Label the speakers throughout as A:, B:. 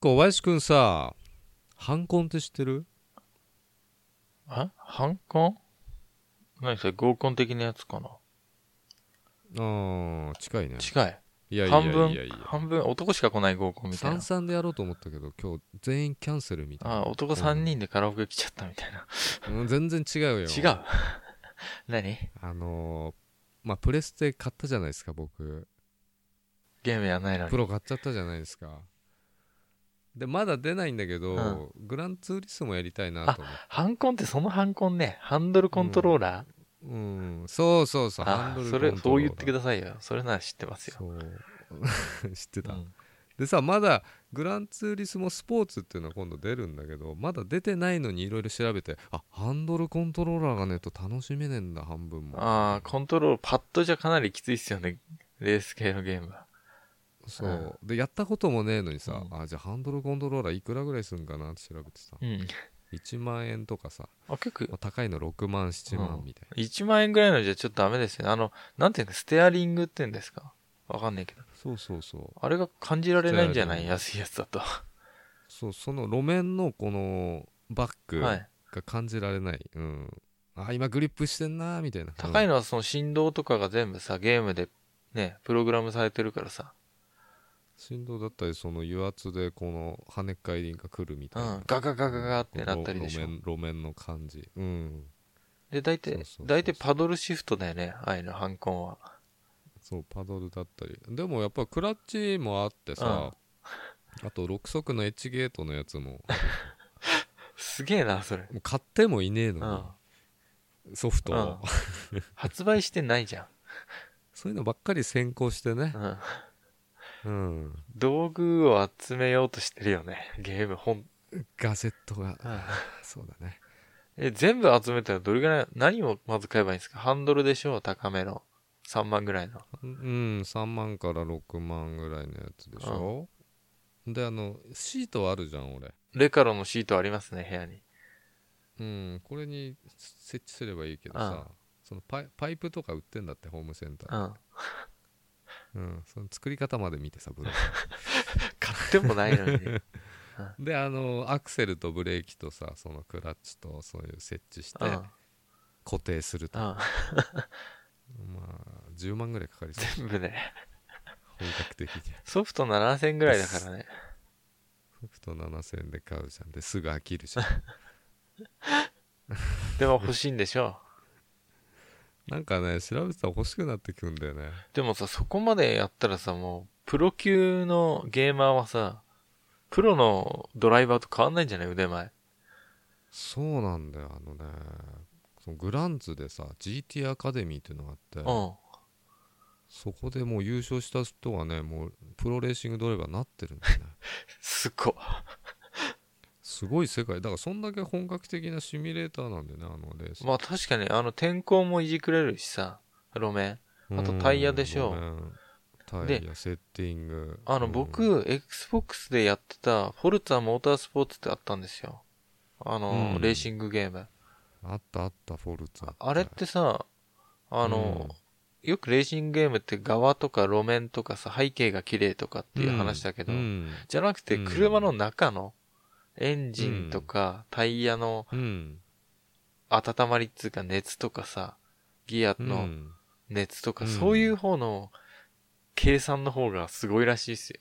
A: 構林くんさ反婚って知ってる
B: あ反婚何それ合コン的なやつかな
A: ああ近いね
B: 近い。
A: いやいや
B: 半
A: い
B: 分
A: やいや、
B: 半分、男しか来ない合コンみたいな
A: 三。三でやろうと思ったけど今日全員キャンセルみたい
B: ああ、男3人でカラオケ来ちゃったみたいな。
A: な、うん、全然違うよ
B: 違う。 何
A: あのーまあプレステ買ったじゃないですか僕
B: ゲームやんないのに
A: プ。ロ買っちゃったじゃないですかでまだ出ないんだけど、
B: うん
A: グランツーリスもやりたいなと思って
B: ハンコンってそのハンコンね。ハンドルコントローラー、
A: うんそうそうそうハン
B: あ
A: ドル
B: それ、
A: コントロ
B: そう
A: ーラー
B: 言ってくださいよ。それなら知ってますよ。
A: そう 知ってた、
B: うん
A: でさまだグランツーリスモスポーツっていうのは今度出るんだけどまだ出てないのにいろいろ調べてあハンドルコントローラーがねえと楽しめねえんだ半分も
B: ああ、コントロール、パッドじゃかなりきついっすよね。レース系のゲームは。
A: そうでやったこともねえのにさ、
B: う
A: あじゃあハンドルコントローラーいくらぐらいするんかなって調べてさ
B: うん。
A: 1万円とかさ、
B: あ、結構
A: まあ、高いの6万7万みたいな、
B: 1万円ぐらいのじゃちょっとダメですよね。あの、なんていうんですか、ステアリングって言うんですかわかんないけど。
A: そうそうそう
B: あれが感じられないんじゃな
A: ス
B: い
A: テア
B: 安いやつだと。は
A: そうその路面のこのバックが
B: い。
A: 感じられない、うんあ今グリップしてんなーみたいな
B: 高い
A: の、
B: のはその振動とかが全部さ、ゲームでね、プログラムされてるからさ。
A: 振動だったりその油圧でこの跳ねっ返りが来るみ
B: う
A: たいな、
B: ん。ガガガガガってなったりでし
A: 路
B: ょ。
A: 面路面の感じうん
B: で、大
A: そうそう
B: 体
A: そうそ、う
B: 大体パドルシフトだよね。ああいうの、ハンコンは。
A: そうパドルだったりでもやっぱクラッチもあってさ、あと6足のエッジゲートのやつも
B: すげえな、それ。
A: もう買ってもいねえ
B: う
A: の
B: ん。
A: に、ソフトを、
B: うん 発売してないじゃ
A: そういうのばっかり先行してね
B: ん。、う
A: う
B: ん。
A: ん、
B: 道具を集めようとしてるよね。ゲーム本。
A: ガジェットが、
B: うん
A: そうだね
B: え、全部集めたらどれぐらい、何をまず買えばいいんですかハンドルでしょ高めの。3万ぐらいの。
A: うん3万から6万ぐらいのやつでしょ、であのシートあるじゃん俺
B: レカロのシートありますね、部屋に。
A: うんこれに設置すればいいけどさ、そのパイパイプとか売ってんだってホームセンターう
B: うん。
A: ん、その作り方まで見てさブログ
B: 買ってもないの にね。
A: であのアクセルとブレーキとさそのクラッチとそういう設置して
B: うん。
A: 固定すると
B: うん。
A: まあ10万ぐらいかかりそう
B: 全部ね。
A: 本格的に
B: ソフト7000ぐらいだからね。
A: ソフト7000円で買うじゃんですぐ飽きるじゃん
B: でも欲しいんでしょ
A: なんかね調べてたら欲しくなってくんだよね
B: でもさ、そこまでやったらさ、もう、プロ級のゲーマーはさ、プロのドライバーと変わんないんじゃない腕前。
A: そうなんだよあのねそのグランツでさ GT アカデミーっていうのがあって、
B: うん。
A: そこでもう優勝した人がねもうプロレーシングドライバーになってるんだ よね
B: すごい。
A: すごい世界だからそんだけ本格的なシミュレーターなんだよねあのレース、
B: まあ確かに、あの、天候もいじくれるしさ、路面。あと
A: うん
B: タイヤでしょ
A: ごめんタイヤセッティング
B: あの、
A: うん
B: 僕、Xbox でやってた、フォルツァモータースポーツってあったんですよ。あの、
A: うん
B: レーシングゲーム。
A: あったあったフォルツァ
B: あれってさ、あの、よくレーシングゲームって側とか路面とかさ、背景が綺麗とかっていう話だけど、
A: うんうん
B: じゃなくて
A: うん
B: 車の中のエンジンとかタイヤの
A: うん
B: 温まりっていうか熱とかさ、ギア
A: う
B: の
A: ん
B: 熱とか、
A: うん
B: そういう方の計算の方がすごいらしいっすよ。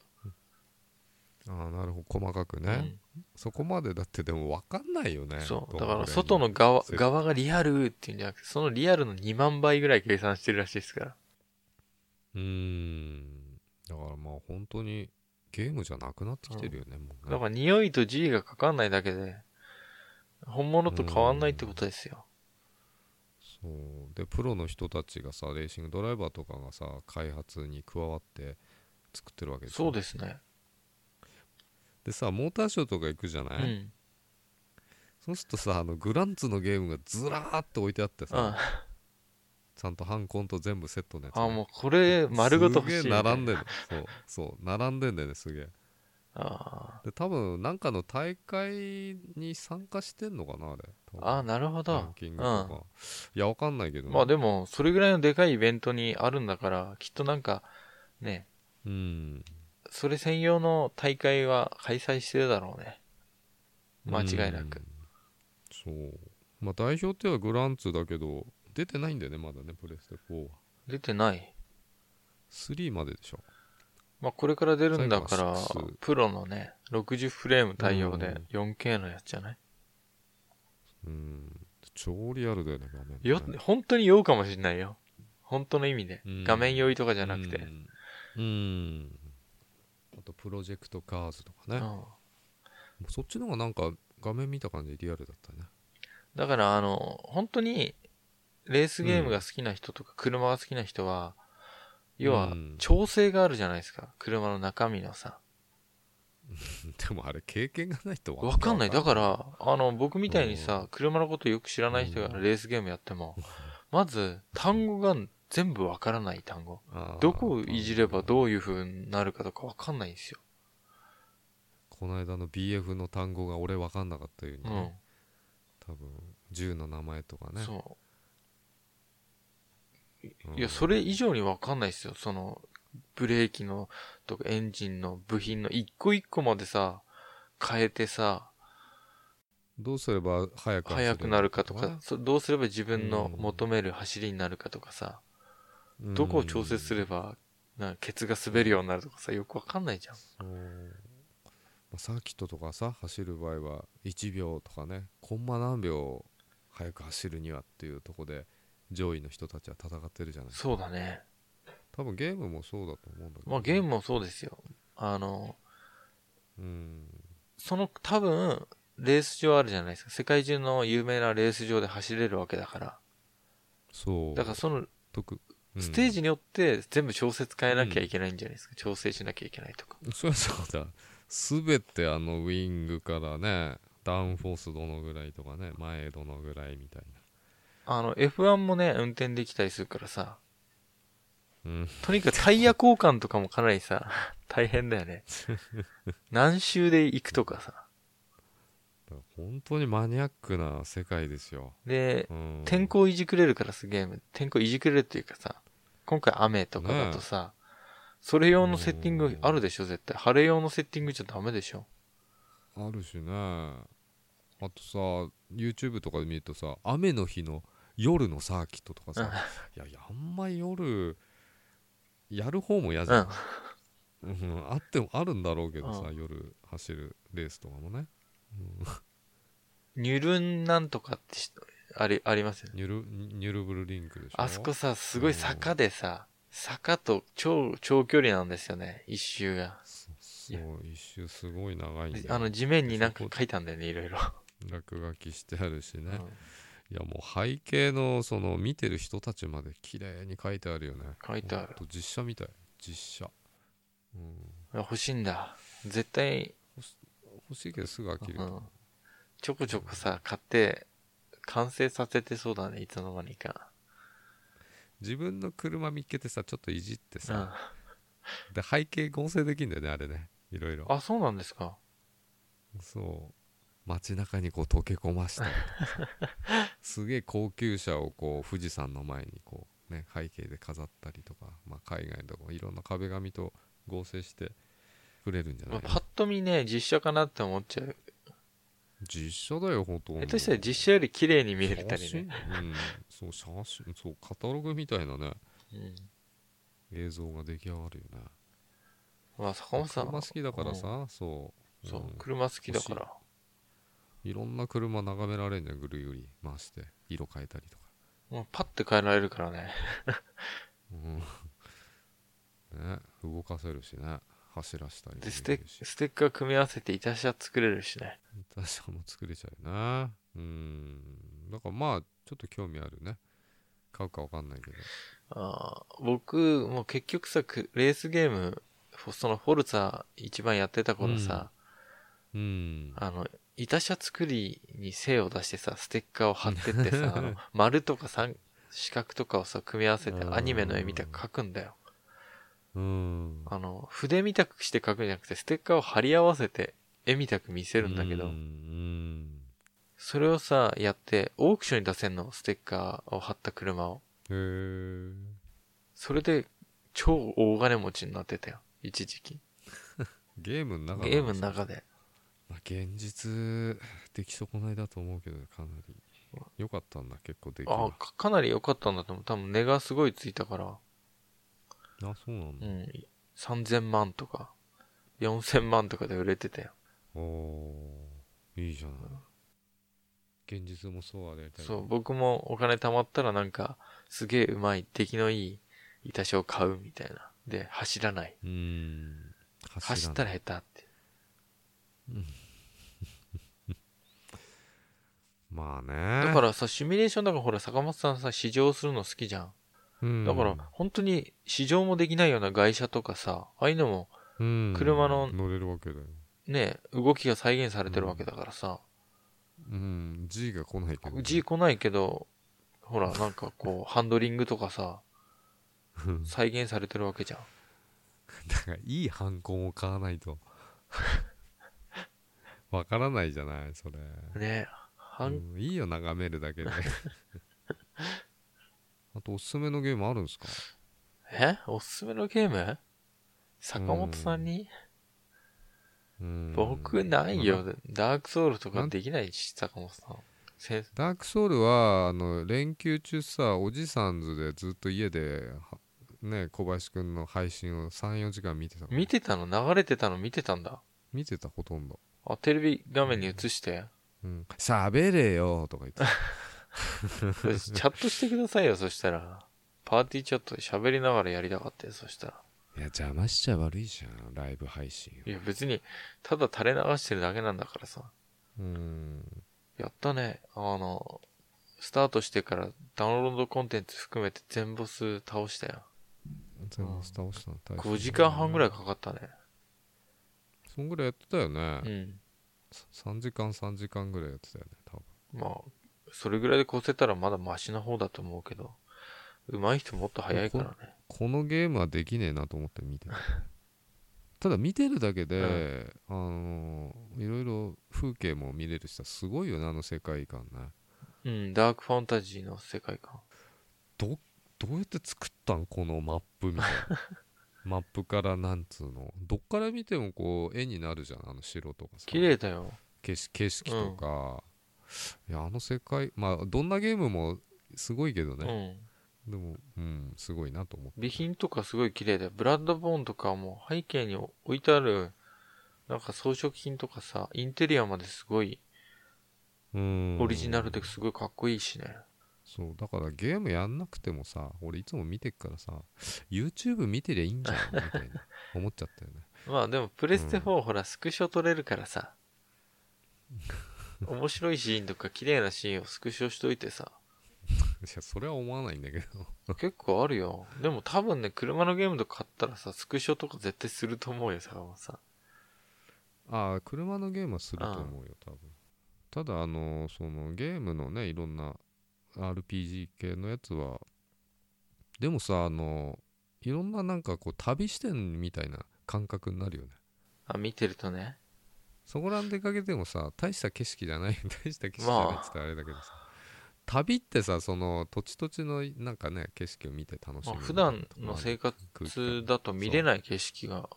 A: ああなるほど細かくね、
B: うん
A: そこまでだってでも分かんないよね
B: そう。
A: ど
B: だ
A: ん
B: か
A: ぐ
B: ら、
A: い
B: 外の側、
A: そう
B: 側がリアルっていうんじゃなくて、そのリアルの2万倍ぐらい計算してるらしいですから。
A: うーんだからまあ本当にゲームじゃなくなってきてるよね、もうね
B: だから、匂いと G がかかんないだけで、本物と変わんないってことですよ。
A: そうでプロの人たちがさレーシングドライバーとかがさ開発に加わって作ってるわけ
B: そう
A: でしょ
B: ですね。
A: でさモーターショーとか行くじゃ
B: う
A: ない、
B: ん。
A: そうするとさあのグランツのゲームがずらーって置いてあって
B: うん。
A: さ、
B: あ、
A: ちゃんとハンコンと全部セットのやつ
B: もうこれ、丸ごと欲しい
A: すげえ並んでんのそうそう並んでんだよねすげえ
B: あ
A: で多分なんかの大会に参加してんのかなあれ多
B: ー
A: 分
B: あー、なるほ
A: ラ
B: ど
A: ン。キン
B: ん
A: グとか、いやわかんないけどね
B: まあでも、それぐらいのでかいイベントにあるんだから、きっとなんか、ね、
A: うん
B: それ専用の大会は開催してるだろうね。間違いなく。
A: うんそうまあ代表ってはグランツーだけど出てないんだよねまだねプレステ4は
B: 出てない。
A: 3まででしょ
B: まあ、これから出るんだから
A: 最後は6、
B: プロのね、60フレーム対応で 4K のやつじゃない
A: うん超リアルだよね画面ね
B: よ、本当に酔うかもしんないよ。本当の意味で
A: うん。
B: 画面酔いとかじゃなくて。
A: うんうんあとプロジェクトカーズとかね、も
B: うん
A: うそっちの方がなんか画面見た感じリアルだったね
B: だから、あの、本当に、レースゲームが好きな人とか、車が好きな人は、要
A: う
B: は
A: ん、
B: 調整があるじゃないですか。車の中身のさ。
A: でもあれ経験がないとわ
B: わかんない。だ
A: か
B: から、あの、僕みたいに
A: う
B: さ、車のことよく知らない人が
A: う
B: レースゲームやっても、まず、単語が全部わからない単語。
A: ら
B: どこをいじればどういう風になるかとかわかんないんですよ。
A: この間の BF の単語が俺わかんなかったように
B: う
A: ね、
B: ん。
A: 多分銃の名前とかね
B: そうう。
A: ん
B: いや、それ以上にわかんないですよ。その、ブレーキの、とかエンジンの部品の一個一個までさ、変えてさ、
A: どうすれば速く走れ
B: 速くなるかと
A: ね
B: か、そどうすれば自分の
A: うん
B: 求める走りになるかとかさ、
A: うん
B: どこを調整すれば、なんかケツが滑るようになるとかさ、よくわかんないじゃん。
A: そうまあサーキットとかさ走る場合は1秒とかねコンマ何秒速く走るにはっていうとこで上位の人たちは戦ってるじゃない
B: そうだね。
A: 多分ゲームもそうだと思うんだけど、
B: まあゲームもそうですよ。あの、
A: うん
B: その多分、レース場あるじゃないですか。世界中の有名なレース場で走れるわけだから。
A: そう
B: だからその
A: 特うん
B: ステージによって全部調節変えなきゃいけないんじゃないですか。調整しなきゃいけないとか。
A: そりゃそうだ全てあのウィングからねダウンフォースどのぐらいとかね前どのぐらいみたい
B: あの、F1 もね、運転できたりするからさ。
A: なうん
B: とにかくタイヤ交換とかもかなりさ、 大変だよ ね。何周で行くとかさ。
A: だから本当にマニアックな世界ですよ、
B: で
A: う、ん、
B: 天候いじくれるからさ、ゲーム。天候いじくれるっていうかさ、今回雨とかだとさ、それ用のセッティングあるでしょ、絶対。晴れ用のセッティングじゃダメでしょ。
A: あるしねあとさ YouTube とかで見るとさ雨の日の夜のサーキットとかさいやいやあんまり夜やる方も嫌じゃん、うん、あってもあるんだろうけどさ、
B: う
A: 夜走るレースとかもね、うん、
B: ニュルンなんとかってしあり、ありますよね。
A: ニュルニュルブルリンクでしょ
B: あそこさ、すごい坂でさ、坂と超、長距離なんですよね、一周が。
A: そそう一周すごい長いんだ
B: で
A: よ
B: あの、地面になんか書いたんだよね、いろいろ。
A: 落書きしてあるしね、
B: うん
A: いやもう背景のその見てる人たちまで綺麗に書いてあるよね
B: 書いてある
A: ほんと実写みたい実写うん
B: 欲しいんだ。絶対、
A: 欲しいけどすぐ飽きる
B: う
A: と、
B: んちょこちょこさ、買って、完成させてそうだね、いつの間にか。
A: 自分の車見っけてさちょっといじって
B: うん。
A: さ、
B: あ、
A: で背景合成できんだよねあれねいろいろ
B: そうなんですか。
A: そう街中にこう溶け込ましたりとか さすげえ高級車をこう富士山の前にこうね背景で飾ったりとか、まあ、海外とかいろんな壁紙と合成してくれるんじゃな
B: まあ
A: い
B: パッと見ね、実写かなって思っちゃう。
A: 実写だよほとんど
B: 下手したら実写より綺麗に見えたり
A: 写真
B: ね。
A: うんそう写真そうカタログみたいなね
B: うん。
A: 映像が出来上がるよね
B: まあ、坂本さん。
A: 車好きだからさ、そう、
B: そうう、
A: ん
B: 車好きだから。
A: いろんな車眺められんじゃんぐるぐる回して色変えたりとか、
B: もうパッて変えられるからね。
A: うん、 ね動かせるしね走らしたりも
B: で、
A: で
B: ス
A: き
B: テ
A: るし
B: ステッカー組み合わせていたしゃ作れるしね。
A: 私も作れちゃうよなうんだからまあちょっと興味あるね買うかわかんないけど
B: あー僕、もう結局さ、くレースゲーム、フォそのフォルツァ一番やってた頃さ、
A: うん
B: あの、いたしゃ作りに精を出してさ、ステッカーを貼ってっ てさ、あの丸とか三四角とかをさ、組み合わせて
A: うん
B: アニメの絵みたく描くんだよ。
A: うん
B: あの、筆みたくして描くんじゃなくて、ステッカーを貼り合わせて絵みたく見せるんだけど、
A: うんうん
B: それをさ、やって、オークションに出せんの、ステッカーを貼った車を。
A: へえ
B: それで、超大金持ちになってたよ。一時期。
A: ゲームの中
B: ゲームの中で。
A: まあ、現実出来損ないだと思うけどかなり良かったんだ結構でき
B: あかかなり良かったんだと思う。多分値がすごいついたから、
A: あそうなん
B: う
A: だ、
B: ん、3000万とか、4000万とかで売れてたよ。
A: おーいいじゃない現実もそうあれやりたい
B: そう、僕もお金貯まったらなんか、すげえうまい、出来のいい、いたしを買うみたいな。で、走らない。
A: うーん走
B: 走ったら下手って。
A: まあね
B: だからさ、シミュレーションだからほら、坂本さんさ、試乗するの好きじゃん。
A: うん
B: だから、本当に試乗もできないような外車とかさ、ああいうのも、
A: うん
B: 車の
A: 乗れるわけだよ
B: ね、動きが再現されてるわけだからさ、
A: うん G が来ないけどね、
B: G 来ないけど、ほら、なんかこ う、ハンドリングとかさ、
A: うん
B: 再現されてるわけじゃん。
A: だからいいハンコも買わない とわからないじゃないそれ
B: ね、ハン、
A: うんいいよ眺めるだけ であとおすすめのゲームあるんですか
B: えおすすめのゲーム坂本さんに、
A: うん
B: 僕ないよ。ダークソウルとかできないし、坂本さん。せ
A: ダークソウルはあの連休中さおじさんずでずっと家ではね小林くんの配信を34時間見てたから
B: 見てたの流れてたの見てたんだ。
A: 見てたほとんど
B: あ、テレビ画面に 映して。
A: 「うん、喋れよ」とか言って
B: それチャットしてくださいよ、そしたら。パーティーチャットで喋りながらやりたかったよ、そしたら。
A: いや邪魔しちゃ悪いじゃんライブ配信
B: いや、別に、ただ垂れ流してるだけなんだからさ。
A: うん
B: やったね。あの、スタートしてからダウンロードコンテンツ含めて全ボス倒したよ。
A: 全部倒したの大変だね
B: 5時間半ぐらいかかったね。
A: そんぐらいやってたよ
B: う
A: ね、
B: ん。
A: 三3時間3時間ぐらいやってたよね多分
B: まあ、それぐらいで越せたらまだマシな方だと思うけど、上手い人もっと早いからね。
A: このゲームはできねえなと思って 見てたただ見てるだけで、あのいろいろ風景も見れるしさすごいよねあの世界観ね
B: うん、ダークファンタジーの世界観。
A: どどうやって作ったんこのマップみたい なマップからなんつうのどっから見てもこう絵になるじゃんあの城とかさ
B: 綺麗だよ。
A: 景色景色とか、いやあの世界まあどんなゲームもすごいけど
B: う
A: ね、
B: ん。
A: でもうんすごいなと思って
B: 備品とかすごい綺麗だよ。ブラッドボーンとかも背景に置いてある、なんか装飾品とかさ、インテリアまですごい、
A: うん
B: オリジナルですごいかっこいいしね。
A: そうだからゲームやんなくてもさ俺いつも見てっからさ YouTube 見てりゃいいんじゃんみたいな思っちゃったよね
B: まあでも、プレステ4、
A: う
B: ほら、スクショ撮れるからさ、 面白いシーンとか綺麗なシーンをスクショしといてさ、
A: いやそれは思わないんだけど
B: 結構あるよ。でも多分ね、車のゲームとか買ったらさ、スクショとか絶対すると思うよ、坂本さん。
A: ああ車のゲームはすると思うよ多分ただあのそのゲームのねいろんな RPG 系のやつはでもさあのいろんななんかこう旅してんみたいな感覚になるよね
B: あ、見てるとね。
A: そこらん出かけてもさ大した景色じゃない 大した景色じゃないっつったらあれだけどさ、旅ってさその土地土地のなんかね景色を見て楽し
B: まあ
A: む
B: 普段の生活
A: 空
B: だと見れない景色が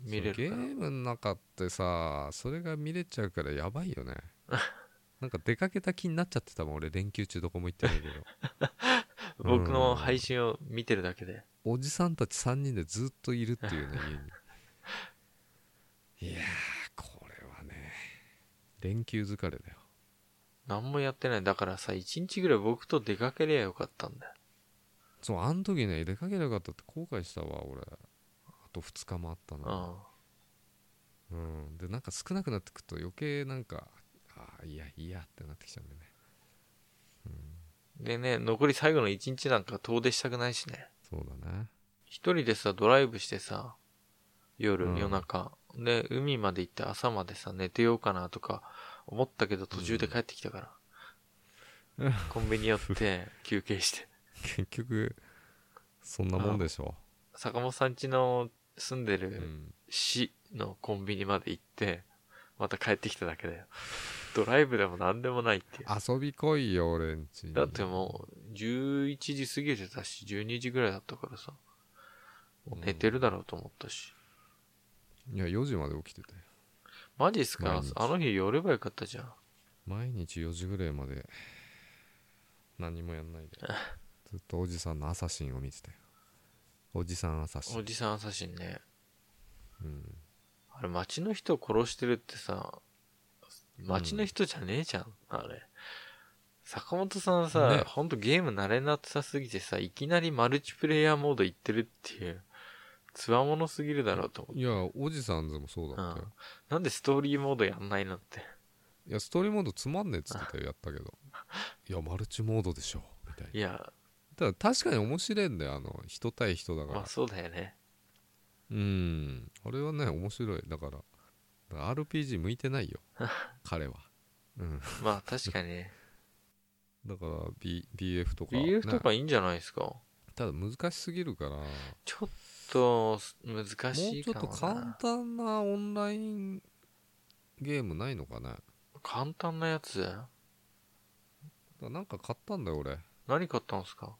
B: 見
A: そう
B: れる
A: ゲ
B: から。
A: ームの中ってさそれが見れちゃうからやばいよ ねなんか出かけた気になっちゃってたもん俺連休中どこも行って ないけど
B: 僕の配信を見てるだけで。
A: おじさんたち3人でずっといるって いうね家にいやーこれはね連休疲れだよ
B: 何もやってない。だからさ、一日ぐらい僕と出かけりゃよかったんだよ。
A: そうあの時ね出かけなかったって後悔したわ俺あと2日もあったな
B: う
A: うんでなんか少なくなってくると余計なんかああいやいいやってなってきちゃうんだよね
B: ん。でね、残り最後の一日なんか遠出したくないしね。
A: そうだね
B: 一人でさ、ドライブしてさ、夜、
A: うん
B: 夜中。で、海まで行って朝までさ、寝てようかなとか思ったけど途中で帰ってきたから。
A: うん
B: コンビニ寄って休憩して。
A: 結局そんなもんでしょ
B: 坂本さん家の住んで
A: う、
B: る
A: ん
B: 市のコンビニまで行って、また帰ってきただけだよ。ドライブでも何でもないっていう。
A: 遊び来いよ俺んちに
B: だってもう、11時過ぎてたし、12時ぐらいだったからさ、もう寝てるだろうと思ったし。
A: いや4時まで起きてたよ
B: マジっすか
A: 毎日
B: あの日寄ればよかったじゃん。
A: 毎日4時ぐらいまで何もやんないでずっとおじさんの朝シーンを見てたよおじさん朝シー
B: お
A: ン、
B: じさんアサシンね。
A: うん、
B: あれ、町の人を殺してるってさ、町の人じゃねえじゃん、あれ。坂本さんさ、
A: ね
B: ほんとゲーム慣れなさすぎてさ、いきなりマルチプレイヤーモード行ってるっていう、つわものすぎるだろうと思って。
A: いやおじさんズもそうだったよ、
B: なんでストーリーモードやんないのって。
A: いやストーリーモードつまんねえっつってたよやった けどいやマルチモードでしょみたいない
B: や、
A: ただ確かに面白いんだよあの人対人だから、
B: まあそうだよね。
A: うんあれはね面白いだからだから RPG 向いて ないよ彼はうん
B: まあ確か にね。
A: だから、B、BF とか、ね、
B: BF とかいいんじゃないですか。
A: ただ難しすぎるからも
B: ちょっと、難
A: う
B: しい
A: ちょっ
B: か
A: と
B: も
A: 簡
B: な。
A: 単なオンラインゲームないのかねだか
B: 簡単なやつ
A: らなんか買ったんだよ俺だか
B: 何買ったんすか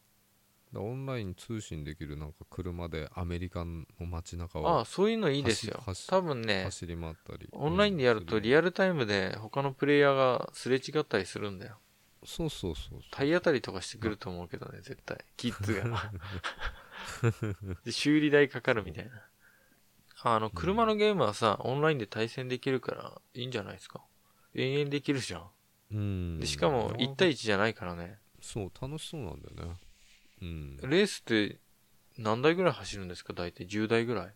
B: ら
A: オンライン通信できるなんか車でアメリカの街中
B: あ
A: を
B: あ、そういうのいいですよ
A: 走。
B: 多分ね、
A: 走り回ったり、
B: オンラインでやるとリ
A: ア
B: アルタイムで他のプレイヤーがすれ違ったりするんだよ。
A: そうそうそうそう
B: 体当たりとかしてくると思うけどね、絶対。キッズ が。で修理代かかるみたいな。あの、車のゲームはさ、オンラインで対戦できるからいいんじゃないですか。延々できるじゃん。
A: うん
B: でしかも、1対
A: 1
B: 1じゃないからね。
A: そう楽しそうなんだよねうん
B: レースって何台ぐらい走るんですか大体10台ぐらい。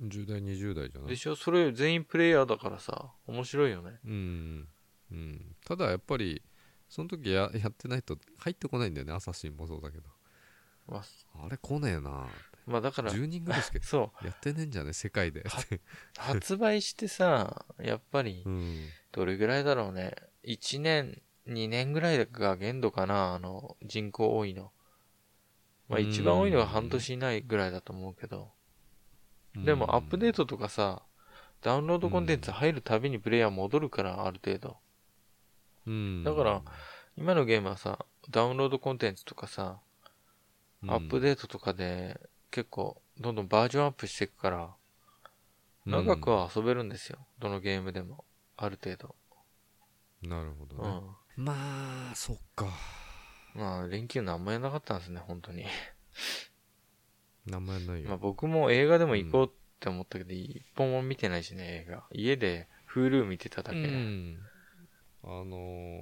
A: 10代20代じゃな
B: で
A: い
B: しょそれ全員プレイヤーだからさ、面白いよね。
A: うん、うん、ただやっぱりその時や やってないと入ってこないんだよね朝シーンもそうだけど
B: まあ、
A: あれ来ねえな
B: まあだから、
A: 10人ぐらいしか
B: そう。
A: やってねえんじゃね世界で、
B: 発売してさ、やっぱり
A: う、ん、
B: どれぐらいだろうね。1年、2年ぐらいが限度かな、あの、人口多いの。まあ
A: うん
B: 一番多いのは半年以内ぐらいだと思うけど。でもアップデートとかさ、ダウンロードコンテンツ入るたびにプレイヤー戻るから、ある程度。
A: うん
B: だから今のゲームはさ、ダウンロードコンテンツとかさ、アップ
A: ー
B: デートとかで結構どんどんバージョンアップしていくから、長くは遊べるんですよ。どのゲームでも。ある程度。
A: なるほど
B: う
A: ね、
B: ん。
A: まあそっか
B: まあ、連休何もやんなかったんですね、本当に。
A: 名前ないよ、
B: まあ、僕も映画でも行こうって思ったけど、一本も見てないしね、映画。家で、Hulu 見てただ
A: う
B: け。
A: んあのー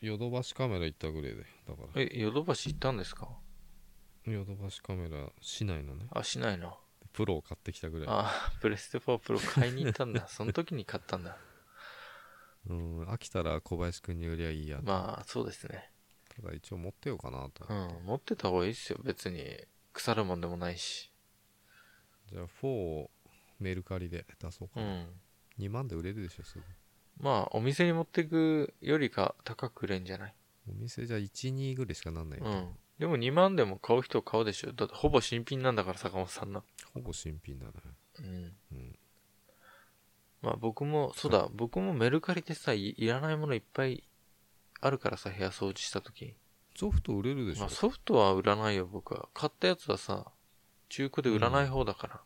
A: ヨドバシカメラ行ったぐらいでだから
B: え、ヨドバシ行ったんですか
A: ヨドバシカメラ市内のね
B: あ、しないな。
A: プロを買ってきたぐらい
B: あ、プレステ4プロ買いに行ったん だ。その時に買ったんだ。
A: うん、飽きたら小林くんに売りゃいいや、
B: まあ、そうですね。
A: ただ一応持ってようかなと、
B: うん、持ってた方がいいっすよ、別に。腐るもんでもないし。
A: じゃあ4をメルカリで出そうか
B: う
A: な、
B: ん。
A: 2万で売れるでしょすぐ
B: まあ、お店に持ってくよりか高く売れんじゃない
A: お店じゃ12ぐらいしかなんない、
B: うん。でも2万でも買う人は買うでしょ。だってほぼ新品なんだから、坂本さんの。
A: ほぼ新品だね
B: うん。
A: うん
B: まあ僕も、そうだ、僕もメルカリでさ、いいらないものいっぱいあるからさ、部屋掃除した時
A: ソフト売れるでしょ、
B: まあソフトは売らないよ、僕は。買ったやつはさ、中古で売らない方だから。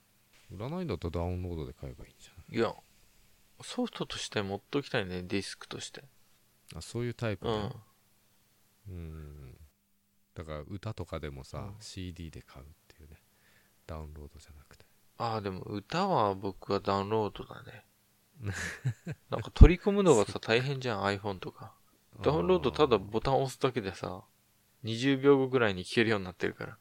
A: 売らないんだったらダウンロードで買えばいいんじゃない
B: いや、ソフトとして持っときたいね、ディスクとして。
A: あそういうタイプ
B: う
A: ね
B: ん。
A: うんだから歌とかでもさ、
B: うん
A: CD で買うっていうねダウンロードじゃなくて
B: ああ、でも歌は僕はダウンロードだ ね。なんか取り込むのがさ、大変じゃん、iPhone とか。ダウンロードただ
A: あー
B: ボタン押すだけでさ、20秒後ぐらいに聞けるようになってるから。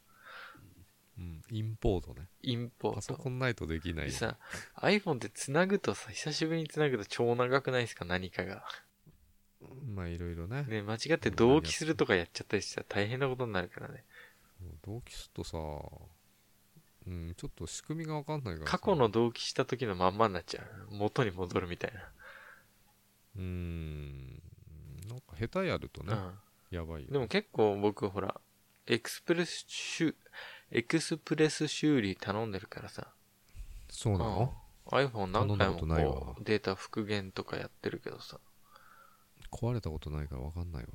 A: うん、インポートね
B: インポート。
A: パソコンないとできない
B: でさ、iPhone って繋ぐとさ、久しぶりに繋ぐと超長くないですか何か が。
A: まあいろいろね
B: ね、間違って同期するとかやっちゃったりしたら大変なことになるからね。
A: もう同期するとさ、うん、ちょっと仕組みが分かんないからさ
B: 過去の同期した時のまんまになっちゃう。元に戻るみたい
A: うんなんか下手やるとね、
B: な。
A: やばい
B: うん。でも結構僕ほら、エクスプレス修、エクスプレス修理頼んでるからさ。
A: そうなの、
B: うん iPhone 何回
A: 頼んだことない
B: もこ
A: わ
B: うデータ復元とかやってるけどさ。
A: 壊れたことないから分かんないわ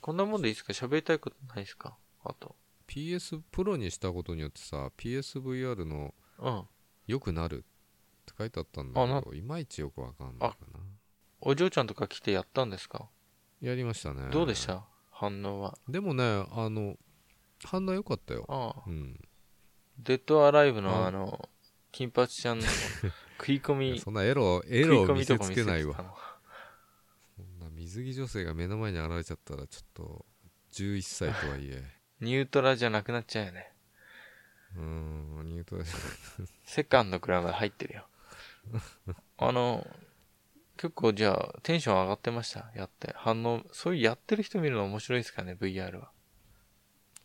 B: こんなもんでいいですか喋りたいことないですかあと。
A: PS プロにしたことによってさ PSVR の
B: うん。
A: 良くなるって書いてあったんだ
B: あ
A: けどいまいちよくわかんないかな
B: お嬢ちゃんとか来てやったんですか
A: やりましたね
B: どうでした反応は。
A: でもねあの反応良かったよ
B: ああ。
A: うん
B: デッドアライブ
A: うん
B: のあの、金八 ちゃんの食い込み、
A: そんなエロエ
B: 食い
A: ロを
B: 込
A: 見
B: みと
A: せ
B: か
A: つ
B: 見
A: け
B: せ
A: ない
B: て
A: わ
B: たの。
A: そんな水着女性が目の前に現れちゃったらちょっと11歳とはい え
B: ニュートラじゃなくなっちゃうよね。
A: うーんニュートラル
B: セカンドくらいまで入っ てるよ。あの、結構じゃあテンション上がってましたやって。反応、そういうやってる人見るの面白いですかね ?VR は。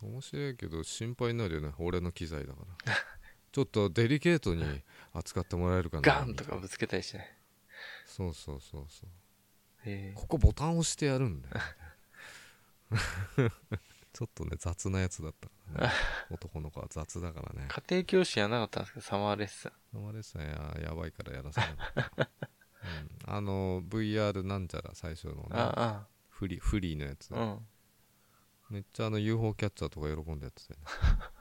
A: 面白いけど心配になるよね俺の機材だから ちょっとデリケートに扱ってもらえるかな
B: ガン
A: みた
B: と
A: い
B: か
A: な
B: ぶつけたりしてね。
A: そうそうそうそう
B: ええ
A: ここボタン押してやるんだよ ねちょっとね雑なやつだったから ね男の子は雑だからね
B: 家庭教師やらなかったんですかサマーレッスン。
A: 生まれさややばいからやらせなかった、うん、あの VR なんちゃら最初のね
B: あ
A: フリフリーのやつ
B: あ、うん。
A: めっちゃあの UFO キャッチャーとか喜んでやってた よね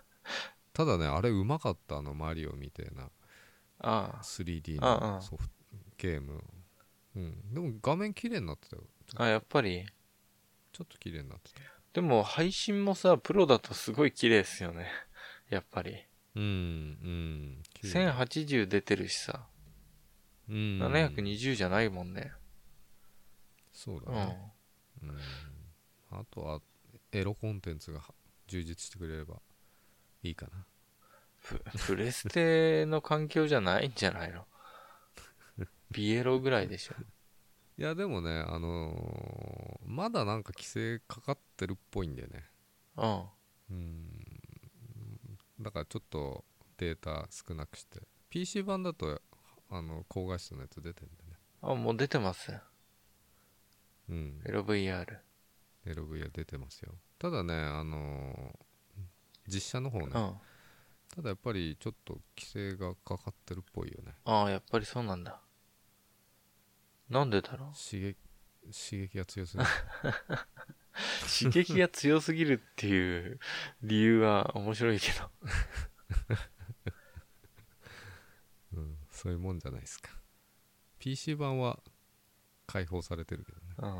A: ただねあれうまかったあのマリオみたいな
B: あ
A: 3D
B: あ
A: の
B: あ
A: ソフトゲーム、うん、でも画面綺麗になってたよ
B: あ。あ、やっぱり。
A: ちょっと綺麗になってた
B: でも配信もさ、プロだとすごい綺麗ですよね。やっぱり。
A: うんうん綺麗
B: 1080出てるしさ、
A: うん
B: 720じゃないもんね。
A: そうだ
B: うん。
A: ね、うんあとはエロコンテンツが充実してくれればいいかな
B: ププレステの環境じゃないんじゃな いのビエロぐらいでしょ。
A: いやでもねあのーまだなんか規制かかってるっぽいんだよね
B: うん。
A: うんだからちょっとデータ少なくして PC 版だとあの高画質のやつ出てんだよね
B: あ、もう出てます。
A: うん
B: LVR。
A: LV は出てますよただねあのー実写の方ね、
B: うん。あ
A: ただやっぱりちょっと規制がかかってるっぽいよね
B: あ、やっぱりそうなんだ。なんでだろう
A: 刺激刺激が強すぎ る
B: 刺激が強すぎるっ ていう理由は面白いけど。
A: うん、そういうもんじゃないですか PC 版は解放されてるけどね、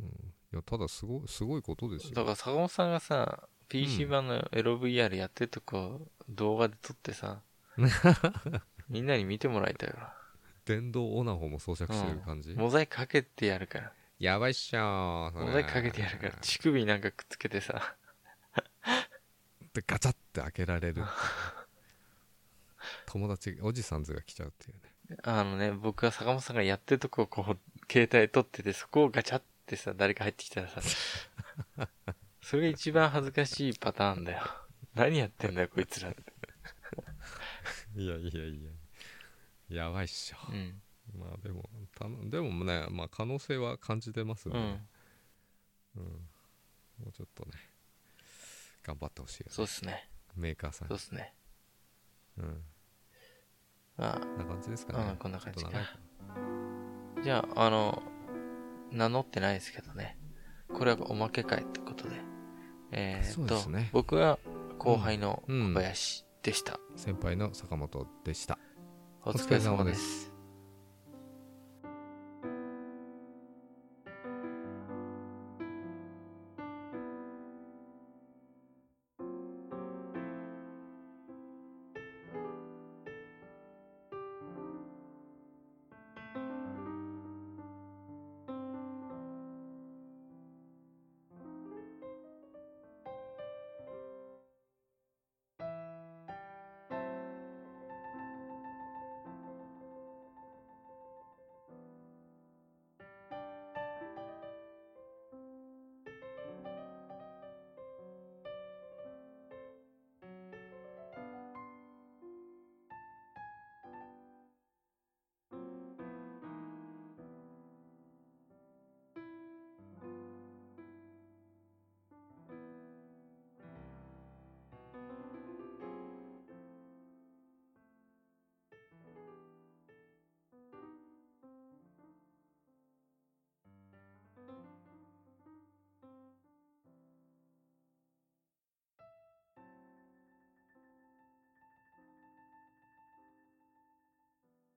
B: うん。
A: うん、いやただすごすごいことです
B: だ
A: よ
B: から坂本さんがさ、PC
A: うん
B: 版の LVR やってるとこ動画で撮って さ、みんなに見てもらいたいわ。
A: 電動オナホも装着してる感じ、
B: モザイクかけてやるから。
A: やばいっしょーそれ
B: モザイクかけてやるから、乳首なんかくっつけてさ、
A: でガチャって開けら れる友達おじさんずが来ちゃうっていうね
B: あのね、僕は坂本さんがやってるとこをこう、携帯撮ってて、そこをガチャってさ、誰か入ってきた らさ、それが一番恥ずかしいパターンだよ。何やってんだよ、こいつらって。
A: いやいやいややばいっしょ
B: うん。
A: まあでもたのでもねまあ可能性は感じてます
B: う
A: ね、
B: ん。
A: もうちょっとね頑張ってほしいよね
B: そうっすね。
A: メーカーさん
B: そう
A: に
B: っすね。
A: うん
B: まあ、
A: こんな感じですか
B: うん、
A: ね
B: こんな感じ
A: ちょ
B: か
A: っと長い。
B: じゃあ、あの、名乗ってないですけどね。これはおまけ会ってことで。えー、
A: そう
B: っと
A: です、ね
B: 僕は後輩の
A: うん
B: 小林でした。
A: 先輩の坂本でした
B: お疲れ様です。